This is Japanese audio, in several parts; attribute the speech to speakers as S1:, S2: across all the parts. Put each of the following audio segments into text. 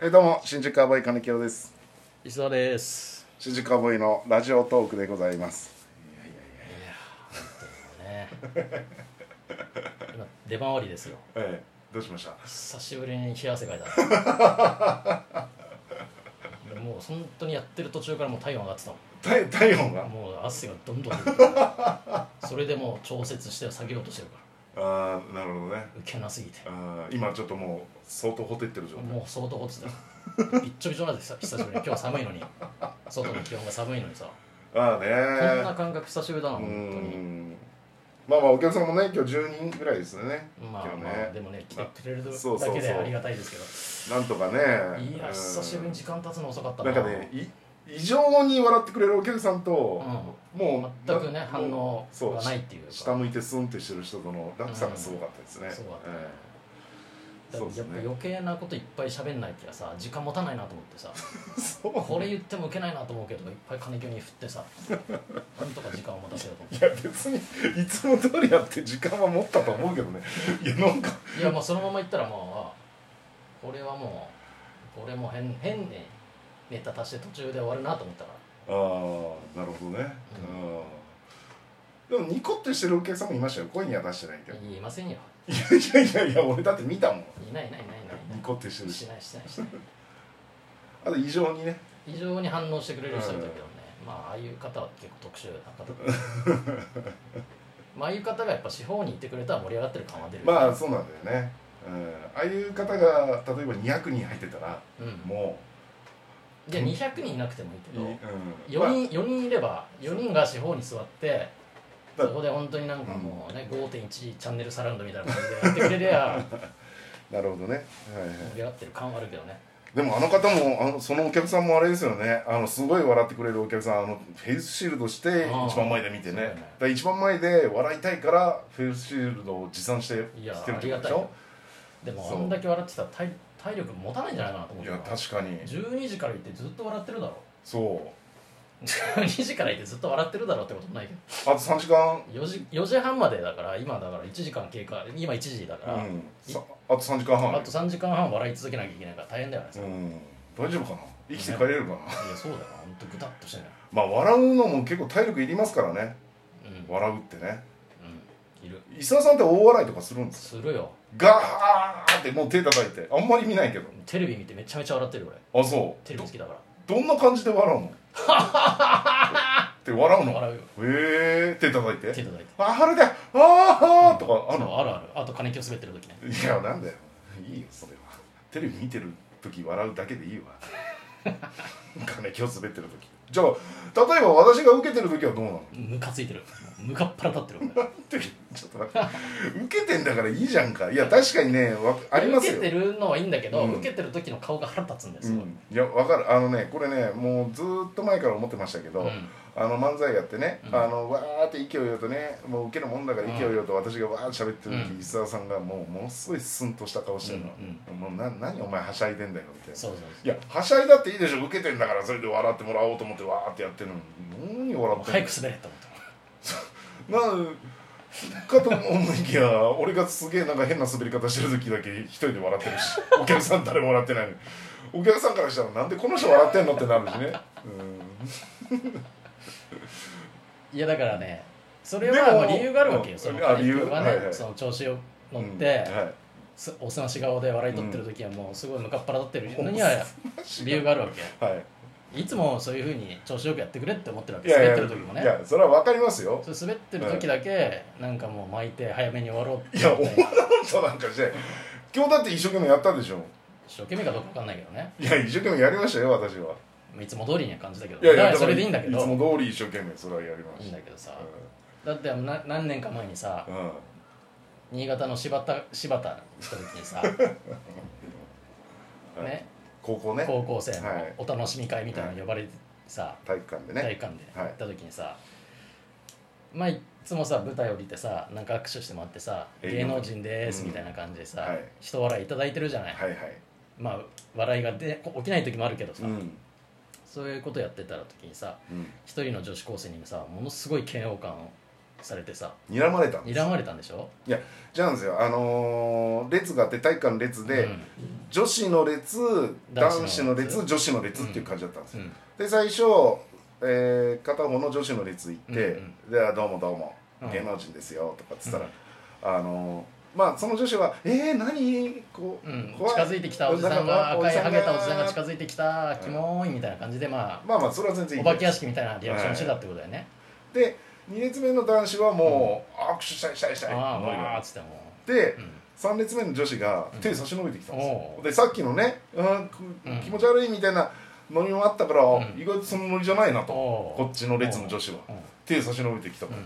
S1: えーどうも新宿アボイ金城です
S2: 石田です
S1: 新宿アボイのラジオトークでございます
S2: ね今出回りですよ
S1: ええどうしました
S2: 久しぶりに冷や汗かいたもう本当にやってる途中からもう体温上がってたも
S1: 体体温が
S2: んもう汗がどんどん出てくるそれでもう調節して下げようとしてるか
S1: ああなるほどね
S2: らウケなすぎて
S1: あー今ちょっともう相当ホテってる状態
S2: もう相当落ちてたびっちょびちょなんです久しぶりに今日寒いのに外の気温が寒いのにさ
S1: ああね
S2: こんな感覚久しぶりだな
S1: う
S2: 本
S1: ー
S2: 当に
S1: んまあまあお客さんもね今日10人ぐらいですよね
S2: まあ
S1: 今日
S2: まあ
S1: ね
S2: でもね来てくれるだ
S1: そうそうそう
S2: けでありがたいですけど
S1: なんとかね
S2: いや久しぶりに時間経つの遅かった
S1: うんなんかねい異常に笑ってくれるお客さんと、もう
S2: 全くね
S1: な
S2: 反応
S1: そう
S2: がないっていうか
S1: 下向いてスンってしてる人との落差がすごかったですね、
S2: うんそうだった
S1: え
S2: だからやっぱ余計なこといっぱい喋んないっていうかさ時間持たないなと思ってさ
S1: えそう
S2: これ言ってもウケないなと思うけどいっぱい金魚に振ってさ なんとか時間を持たせようと思
S1: いや別にいつも通りやって時間は持ったと思うけどねいやなんか
S2: っていやもうそのまま言ったらもうこれはもうこれもう変変にネタ足して途中で終わるなと思ったか
S1: ああなるほどね、うんでもニコってしてるお客さんもいましたよ声には出してないけ
S2: ら
S1: ど
S2: いませんよ
S1: いやいやいやいや俺だって見たもん
S2: いないいないいない
S1: ニコってし
S2: い
S1: て
S2: ない
S1: る
S2: し
S1: し
S2: ないしないしない
S1: あと異常にね
S2: 非常に反応してくれる人だったけどね、まあああいう方は結構特殊な方だ まあああいう方がやっぱ地方にいてくれたら盛り上がってる感は出る
S1: まあそうなんだよね、うん、ああいう方が例えば200人入ってたら
S2: うん
S1: も
S2: じゃあ200人いなくてもいいう
S1: いうん
S2: けど4
S1: ま
S2: 人四人いれば4人が地方に座って
S1: だ
S2: そこで本当になんかもうね、5.1チャンネルサラウンドみたいな感じでやってくれ りゃ
S1: あなるほどね、はいはい、
S2: 盛り上がってる感はあるけどね
S1: でもあの方もあのそのお客さんもあれですよねあのすごい笑ってくれるお客さんあのフェイスシールドして
S2: ああ
S1: 一番前で見て
S2: そうだ
S1: ね
S2: よね
S1: だから一番前で笑いたいからフェイスシールドを持参して
S2: いや
S1: 来てるっ
S2: あ
S1: て
S2: り
S1: ことで
S2: がた
S1: し
S2: いよ
S1: ょ
S2: でも
S1: そ
S2: あ
S1: うん
S2: だけ笑ってたら体体力持たないんじゃないかなと思
S1: いう
S2: けど
S1: や
S2: な
S1: 確かに
S2: 12時から行ってずっと笑ってるだ ろ
S1: そう
S2: 12時からいてずっと笑ってるだろうってことないけ
S1: あと3時間
S2: ど4時 ,4 時半までだから今だから1時間経過今1時だから、
S1: うんさあと3時間半
S2: あと3時間半笑い続けなきゃいけないから大変だよね、
S1: う
S2: い
S1: ん大丈夫かな生きて帰れるかな、
S2: やそうだよほんとグタッとしてない
S1: まあ笑うのも結構体力いりますからね
S2: うん、う
S1: 笑うってね
S2: ん、いる
S1: 伊沢さんって大笑いとかするんです
S2: するよ
S1: ガーってもう手叩いてあんまり見ないけど
S2: テレビ見てめちゃめちゃ笑ってる俺
S1: あそう
S2: テレビ好きだから
S1: どんな感じで笑うのって笑うの
S2: 笑うよ
S1: へえー、手叩いて
S2: 手叩いて
S1: 「あ春だあーあー」とかあ
S2: あ
S1: んの
S2: あるあるあと金木を滑ってる時ね
S1: いやなんだよいいよそれはテレビ見てる時笑うだけでいいわ金気を滑ってる時じゃあ例えば私が受けてる時はどうなの
S2: ムカついてるムカっ腹立ってる俺
S1: ってちょっと待って受けてんだからいいじゃんかいや確かにねわ ありますよ
S2: 受けてるのはいいんだけど、
S1: うん
S2: 受けてる時の顔が腹立つんです
S1: う
S2: よ、
S1: ん、いやわかるあのねこれねもうずーっと前から思ってましたけど、
S2: うん
S1: あの漫才やってね、
S2: うん
S1: あのわーって勢いよとねもう受けるもんだから
S2: うん
S1: 勢いよと私がわーって喋ってる時、
S2: うん
S1: 石澤さんがもうものすごいスンとした顔してるの、もうな何お前はしゃいでんだよみたいな
S2: そうそうそう
S1: いやはしゃいだっていいでしょ受けてんだからそれで笑ってもらおうと思ってわーってやってるのに何笑ってんの
S2: 早く滑れって思った
S1: なんかと思いきや俺がすげえなんか変な滑り方してる時だけ一人で笑ってるし お客さん誰も笑ってないのにお客さんからしたらなんでこの人笑ってんのってなるしね、
S2: いやだからねそれ
S1: でも
S2: はまあ理由があるわけよその
S1: あ理由
S2: がね、
S1: はいはい
S2: その調子を
S1: う
S2: 乗っ
S1: ん、
S2: て、
S1: うんはい
S2: すおすなし顔で笑い取ってる時はもうすごいムカっ腹立ってるのには理由があるわけよ
S1: はい
S2: いつもそういうふうに調子よくやってくれって思ってるわ
S1: い
S2: け
S1: やい
S2: 滑
S1: や
S2: ってる時もね
S1: いやそれはわかりますよ
S2: そう滑ってる時だけなんかもう巻いて早めに終わろうって
S1: い
S2: いう
S1: や
S2: の
S1: 女
S2: で
S1: の人なんかして今日だって一生懸命やったでしょ
S2: 一生懸命かどうかわかんないけどね
S1: いや一生懸命やりましたよ私はい
S2: つも通りには感じだけど
S1: いやい
S2: だか
S1: や
S2: らそれでいいんだけど
S1: いつも通り一生懸命それはやりま
S2: いい
S1: し
S2: ん
S1: た
S2: だけどさだってな何年か前にさ
S1: うん、うん
S2: 新潟の柴田柴田来た時 にさ
S1: はい
S2: ね
S1: 高校ね
S2: 高校生
S1: は
S2: の
S1: い
S2: お楽しみ会みたいなの呼ばれてさ、
S1: 体育館で
S2: 体
S1: ね
S2: 育館で
S1: はい
S2: 行った時にさ、まあいっつもさ舞台降りてさなんか握手してもらってさ「
S1: え
S2: 芸能人でーす」
S1: うん
S2: みたいな感じでさ、
S1: はい
S2: 人笑いいただいてるじゃない、
S1: はいはい
S2: まあ笑いがで起きない時もあるけどさ、
S1: うん
S2: そういうことやってた時にさ
S1: うん
S2: 一人の女子高生にさものすごい嫌悪感をされてさ
S1: 睨まれたんです
S2: 睨まれたんでしょ
S1: じゃあなんですよあのー列があって体育館の列で、
S2: うん
S1: 女子の列
S2: 男子の
S1: 男子の列女子の列っていう感じだったんですよ、
S2: うん
S1: で最初、えー片方の女子の列行って
S2: う
S1: 「
S2: ん
S1: ではどうもどうも
S2: うん
S1: 芸能人ですよ」とかっつったら
S2: うん、
S1: あのまあその女子は「えー、何こう、
S2: うん、
S1: 怖
S2: 近づいてきたおじさ
S1: な
S2: んが
S1: んか
S2: 赤いハゲたおじさんが
S1: お
S2: 近づいてきた
S1: うん
S2: キモーいみたいな感じでま
S1: まあまあそれは全然
S2: あ
S1: い
S2: お
S1: い
S2: 化け屋敷みたいなリアクションしてたってことだよね
S1: で2列目の男子はもう、握手したいしたいしたい
S2: ああ
S1: ノリ
S2: わー
S1: が
S2: っつっても
S1: で
S2: う、うん
S1: 3列目の女子が
S2: うん
S1: 手差し伸べてきたんですよ、
S2: おう
S1: でさっきのね、うんく
S2: うん
S1: 気持ち悪いみたいなノリもあったから、
S2: うん
S1: 意外とそのノリじゃないなと、
S2: お
S1: こっちの列の女子は
S2: うん
S1: 手差し伸べてきた
S2: う
S1: か
S2: ん
S1: ら、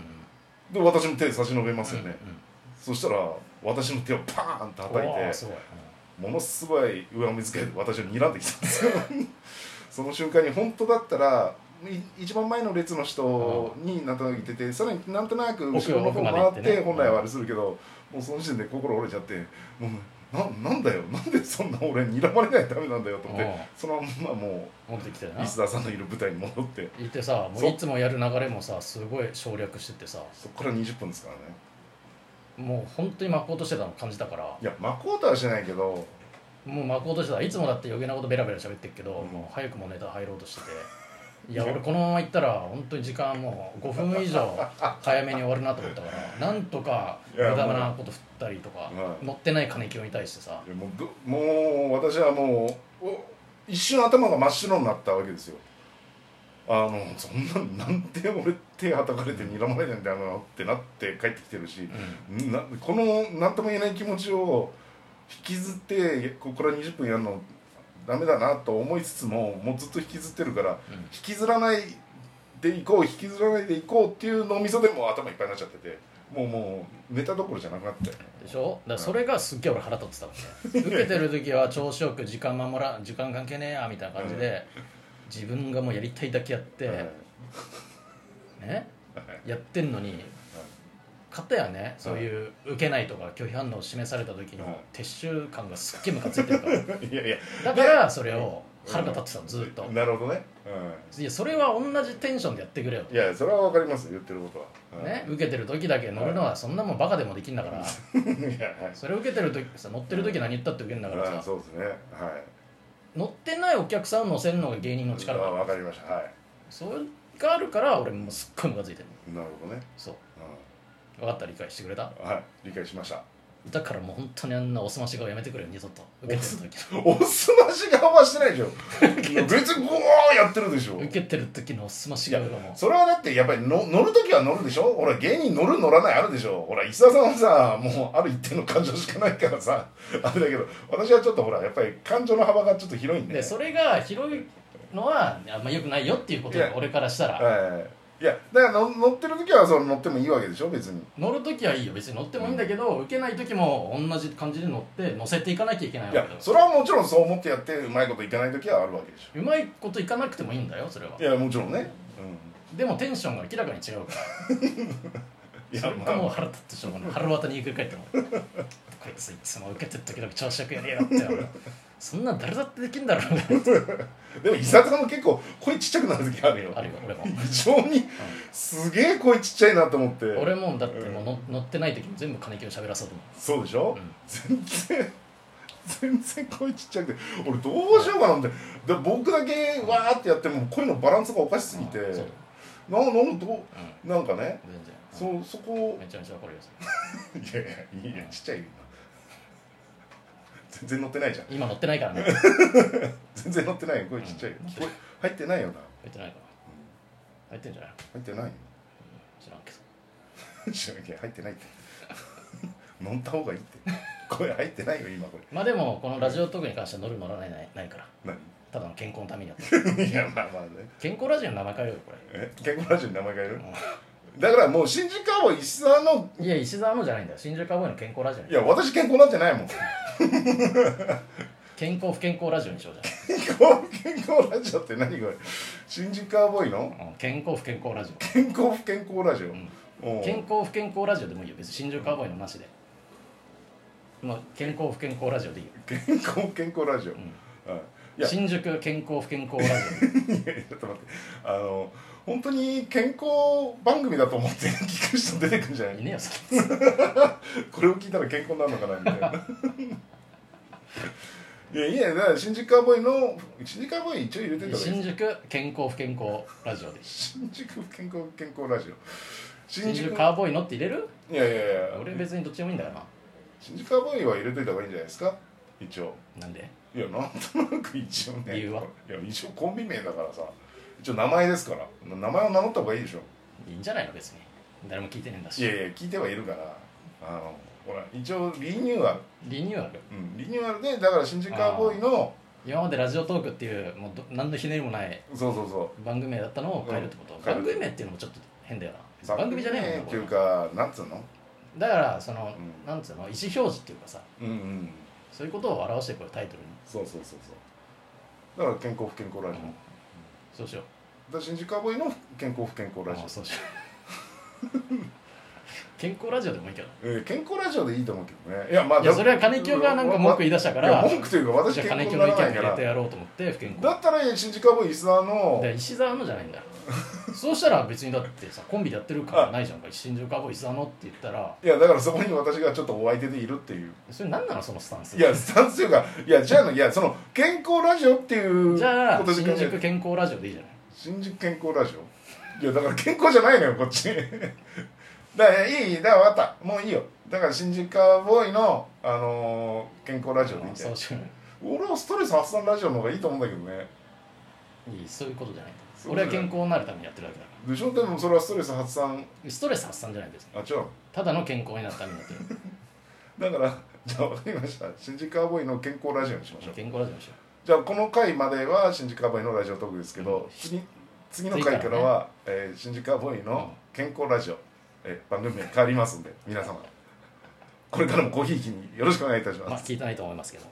S1: で私も手差し伸べますよね、
S2: うんうん
S1: そしたら私の手をパーンと叩い
S2: おー
S1: て
S2: すごい
S1: ものすごい上目遣いで私を睨んできたん ですよその瞬間に本当だったらい一番前の列の人になんとなくいててさらになんとなく後ろの方
S2: 奥まで行って
S1: 回っ
S2: ね
S1: て本来はあれするけど、もうその時点で心折れちゃってもうななんだよなんでそんな俺睨まれないとダメなんだよと思って
S2: おう
S1: そのままも
S2: 持ってきてる
S1: う
S2: な
S1: リスダーさんのいる舞台に戻って
S2: いてさも
S1: そう
S2: ういつもやる流れもさすごい省略してってさ
S1: そこから20分ですからね
S2: もう本当に巻こうとしてたの感じたから
S1: いや巻こうとはしないけど
S2: もう巻こうとしてたいつもだって余計なことベラベラ喋ってるけど、
S1: うん
S2: もう早くもネタ入ろうとしてていや俺このまま行ったら本当に時間もう5分以上早めに終わるなと思ったからなんとか
S1: い
S2: 無
S1: や
S2: 駄なこと振ったりとか
S1: はい
S2: 乗ってない金清に対してさ
S1: いやもうどもう私はもうお一瞬頭が真っ白になったわけですよあのそんななんで俺手はたかれて睨まれてんだよなってなって帰ってきてるし
S2: うん
S1: なこの何とも言えない気持ちを引きずってここから20分やるのダメだなと思いつつももうずっと引きずってるから
S2: うん
S1: 引きずらないでいこう引きずらないでいこうっていう脳みそでもう頭いっぱいになっちゃっててもうもうネタどころじゃなくなって
S2: でしょだからそれがすっげえ俺腹立ってたのね受けてる時は調子よく時間守らん時間関係ねえやみたいな感じで自分がもうやりたいだけやって、
S1: はい
S2: ねやってんのに片やねそういう受けないとか拒否反応を示された時の
S1: はい
S2: 撤収感がすっげえムカついてるから
S1: いやいや
S2: だからそれを腹が立ってたのずっと
S1: なるほどね、
S2: いやそれは同じテンションでやってくれよ
S1: うん、いやそれはわかりますよ言ってることは、
S2: ね受けてる時だけ乗るのはそんなもんバカでもできんだから
S1: うん、 いやはい
S2: それ受けてる時さ乗ってる時何言ったって受けんだから
S1: うん
S2: さ
S1: そうですねは
S2: 乗ってないお客さんを乗せるのが芸人の
S1: い
S2: 力
S1: あ
S2: だ
S1: わかりましたはい
S2: それがあるから俺もうすっごいムカついてる
S1: なるほどね、
S2: そう分かった理解してくれた
S1: うん、はい理解しました
S2: だからもう本当にあんなおすまし顔やめてくれよ二度と受けてる時の
S1: おすまし顔はしてないでし ょいや別にゴーやってるでしょ
S2: 受けてる時のすまし顔がも
S1: それはだってやっぱりの乗る時は乗るでしょほら芸人乗る乗らないあるでしょほら石田さんはさもうある一定の感情しかないからさあれだけど私はちょっとほらやっぱり感情の幅がちょっと広いん
S2: う
S1: で
S2: でそれが広いのはあんまよくないよっていうこと
S1: い
S2: で
S1: や
S2: 俺からしたら
S1: はいいやだからの乗ってる時はその乗ってもいいわけでしょ別に
S2: 乗る時はいいよ別に乗ってもいいんだけど、受けない時も同じ感じで乗って乗せていかなきゃいけないわ
S1: い
S2: け
S1: や
S2: だよ
S1: それはもちろんそう思ってやってうまいこといかない時はあるわけでし
S2: うまいこといかなくてもいいんだよそれは
S1: ょいやもちろんね、
S2: でもテンションが明らかに違うから
S1: うん、い
S2: そ
S1: や
S2: れ
S1: ま
S2: と
S1: あ
S2: もう腹立ってしょうがない腹渡に言いくり返ってもこいついつも受けてる時だけ調子よくやりやがってよそんなん誰だってできんだろうね
S1: でも伊沢さんも結構声ちっちゃくなる時あるよ
S2: あるよ俺も
S1: 非常にすげえ声ちっちゃいなと思って
S2: 俺もだってもうの乗ってない時も全部金木を喋らそうと思う
S1: そうでしょ、
S2: うん
S1: 全然全然声ちっちゃくて俺どうしようかなってで僕だけわーってやっても声のバランスがおかしすぎて、
S2: うんそう
S1: ななんど
S2: だうん
S1: うなんかね
S2: 全然うん
S1: そそこ
S2: めちゃめちゃわかるよそれ
S1: いやいやいいやちっちゃいよ全然乗ってないじゃん
S2: 今乗ってないからね
S1: 全然乗ってないよ声ちっちゃいよ、
S2: うん
S1: 声入ってないよな
S2: 入ってないから入ってんじゃない
S1: 入ってないよ
S2: 知らんけど
S1: 知らんけど入ってないって乗った方がいいって声入ってないよ今これ
S2: まあでもこのラジオトークに関しては乗る乗らないないないから
S1: 何
S2: ただの健康のためにやってる
S1: いやまあまあね
S2: 健康ラジオの名前変えようよこ
S1: え健康ラジオに名前がいる
S2: れ、
S1: だからもう新宿アボ石沢の
S2: うんいや石沢のじゃないんだよ新宿アボーイの健康ラジオに
S1: いや私健康なんてないもん
S2: 健康不健康ラジオにしようじ
S1: 健康健康ラジオって何これ新宿アボイの
S2: ゃん、うん、健康不健康ラジ
S1: 健康不健康ラジオ、
S2: ん
S1: お
S2: オ
S1: う
S2: 健康不健康ラジオでもいいよ別に新宿アボーイのなしでまあ健康不健康ラジオでいいよ、
S1: 健康健康ラジオ、
S2: うん
S1: はいいや
S2: 新宿健康不健康ラジ
S1: いやちょっと待ってあの本当に健康番組だと思って 聞く人出てくるんじゃない
S2: いねえよそれ
S1: これを聞いたら健康になるのかなみたいな いやいやだから新宿カーボーイの新宿カーボーイ一応入れてたらいい
S2: 新宿健康不健康ラジオで
S1: 新宿健康健康ラジオ新
S2: 新
S1: 宿
S2: 宿カーボーイのって入れる
S1: いやいやいや
S2: 俺別にどっちでもいいんだよな
S1: 新宿カーボーイは入れといた方がいいんじゃないですか一応
S2: なんで
S1: いやなんとなく一応ね
S2: 理由はい
S1: や一応コンビ名だからさ一応名前ですから名前を名乗った方がいいでしょ
S2: いいんじゃないの別に誰も聞いてねえんだ
S1: い
S2: し
S1: やいや聞いてはいるからあのほら一応リニューアル、
S2: リニューアル
S1: うん、リニューアルでだから新宿カーボーイの
S2: 今までラジオトークっていうもうど何のひねりもない
S1: そうそうそう
S2: 番組名だったのを変えるってこと、
S1: うん
S2: 番組名っていうのもちょっと変だよな番組じゃねえ
S1: っ
S2: もんなこ
S1: てい
S2: れ
S1: うかなんつうの
S2: だからその、
S1: うん
S2: なんつうの意思表示っていうかさ
S1: うんうん
S2: そういうことを表してこれタイトルに
S1: そうそうそうそうだから健康不健康ラジ
S2: うんそうしよ
S1: オだから新宿カーボーイの健康不健康
S2: う
S1: ラジ
S2: あ
S1: オ
S2: そうしよう 健康ラジオでもいいけど
S1: えー健康ラジオでいいと思うけどねいやまあ
S2: いやそれは金清がなんか文句言い出したから
S1: いや文句というか私
S2: じゃあ
S1: 健康
S2: 金清
S1: に
S2: の
S1: ならな
S2: 意見を
S1: いか
S2: 入れて
S1: ら
S2: やろうと思って不健
S1: だ
S2: 康
S1: ったら新宿カーボーイ石沢の
S2: で石沢のじゃないんだよそうしたら別にだってさコンビでやってるからないじゃんか新宿かボーイ石沢のって言ったら
S1: いやだからそこに私がちょっとお相手でいるっていう
S2: それ何なのそのスタンス
S1: いやスタンスというかいやじゃあのいやその健康ラジオっていう
S2: じゃ
S1: こ
S2: あ
S1: とで考え
S2: 新宿健康ラジオでいいじゃない
S1: 新宿健康ラジオいやだから健康じゃないのよこっち だからいいだから分かったもういいよだから新宿カーボーイの、あのー健康ラジオでいいんじゃ
S2: そ
S1: な
S2: う
S1: い
S2: しよう
S1: 俺はストレス発散ラジオの方がいいと思うんだけどね
S2: いいそういうことじゃない
S1: そうじ
S2: 俺
S1: ゃ
S2: は
S1: ない
S2: 健康になるためにやってるだけだか
S1: でしょでもそれはストレス発散
S2: らストレス発散じゃないです
S1: あ違う
S2: ただの健康になるためにやってる
S1: だから じゃあ分かりました新宿カーボーイの健康ラジオにしましょう
S2: 健康ラジオにしよ
S1: じゃあこの回までは新宿カーボーイのラジオトークですけど、
S2: うん
S1: 次次の回からはえー新宿カーボーイの健康ラジオ、えー番組名変わりますんで皆様これからもごひいきによろしくお願いいたし
S2: うま
S1: ま
S2: あ
S1: す、
S2: 聞いてないと思いますけど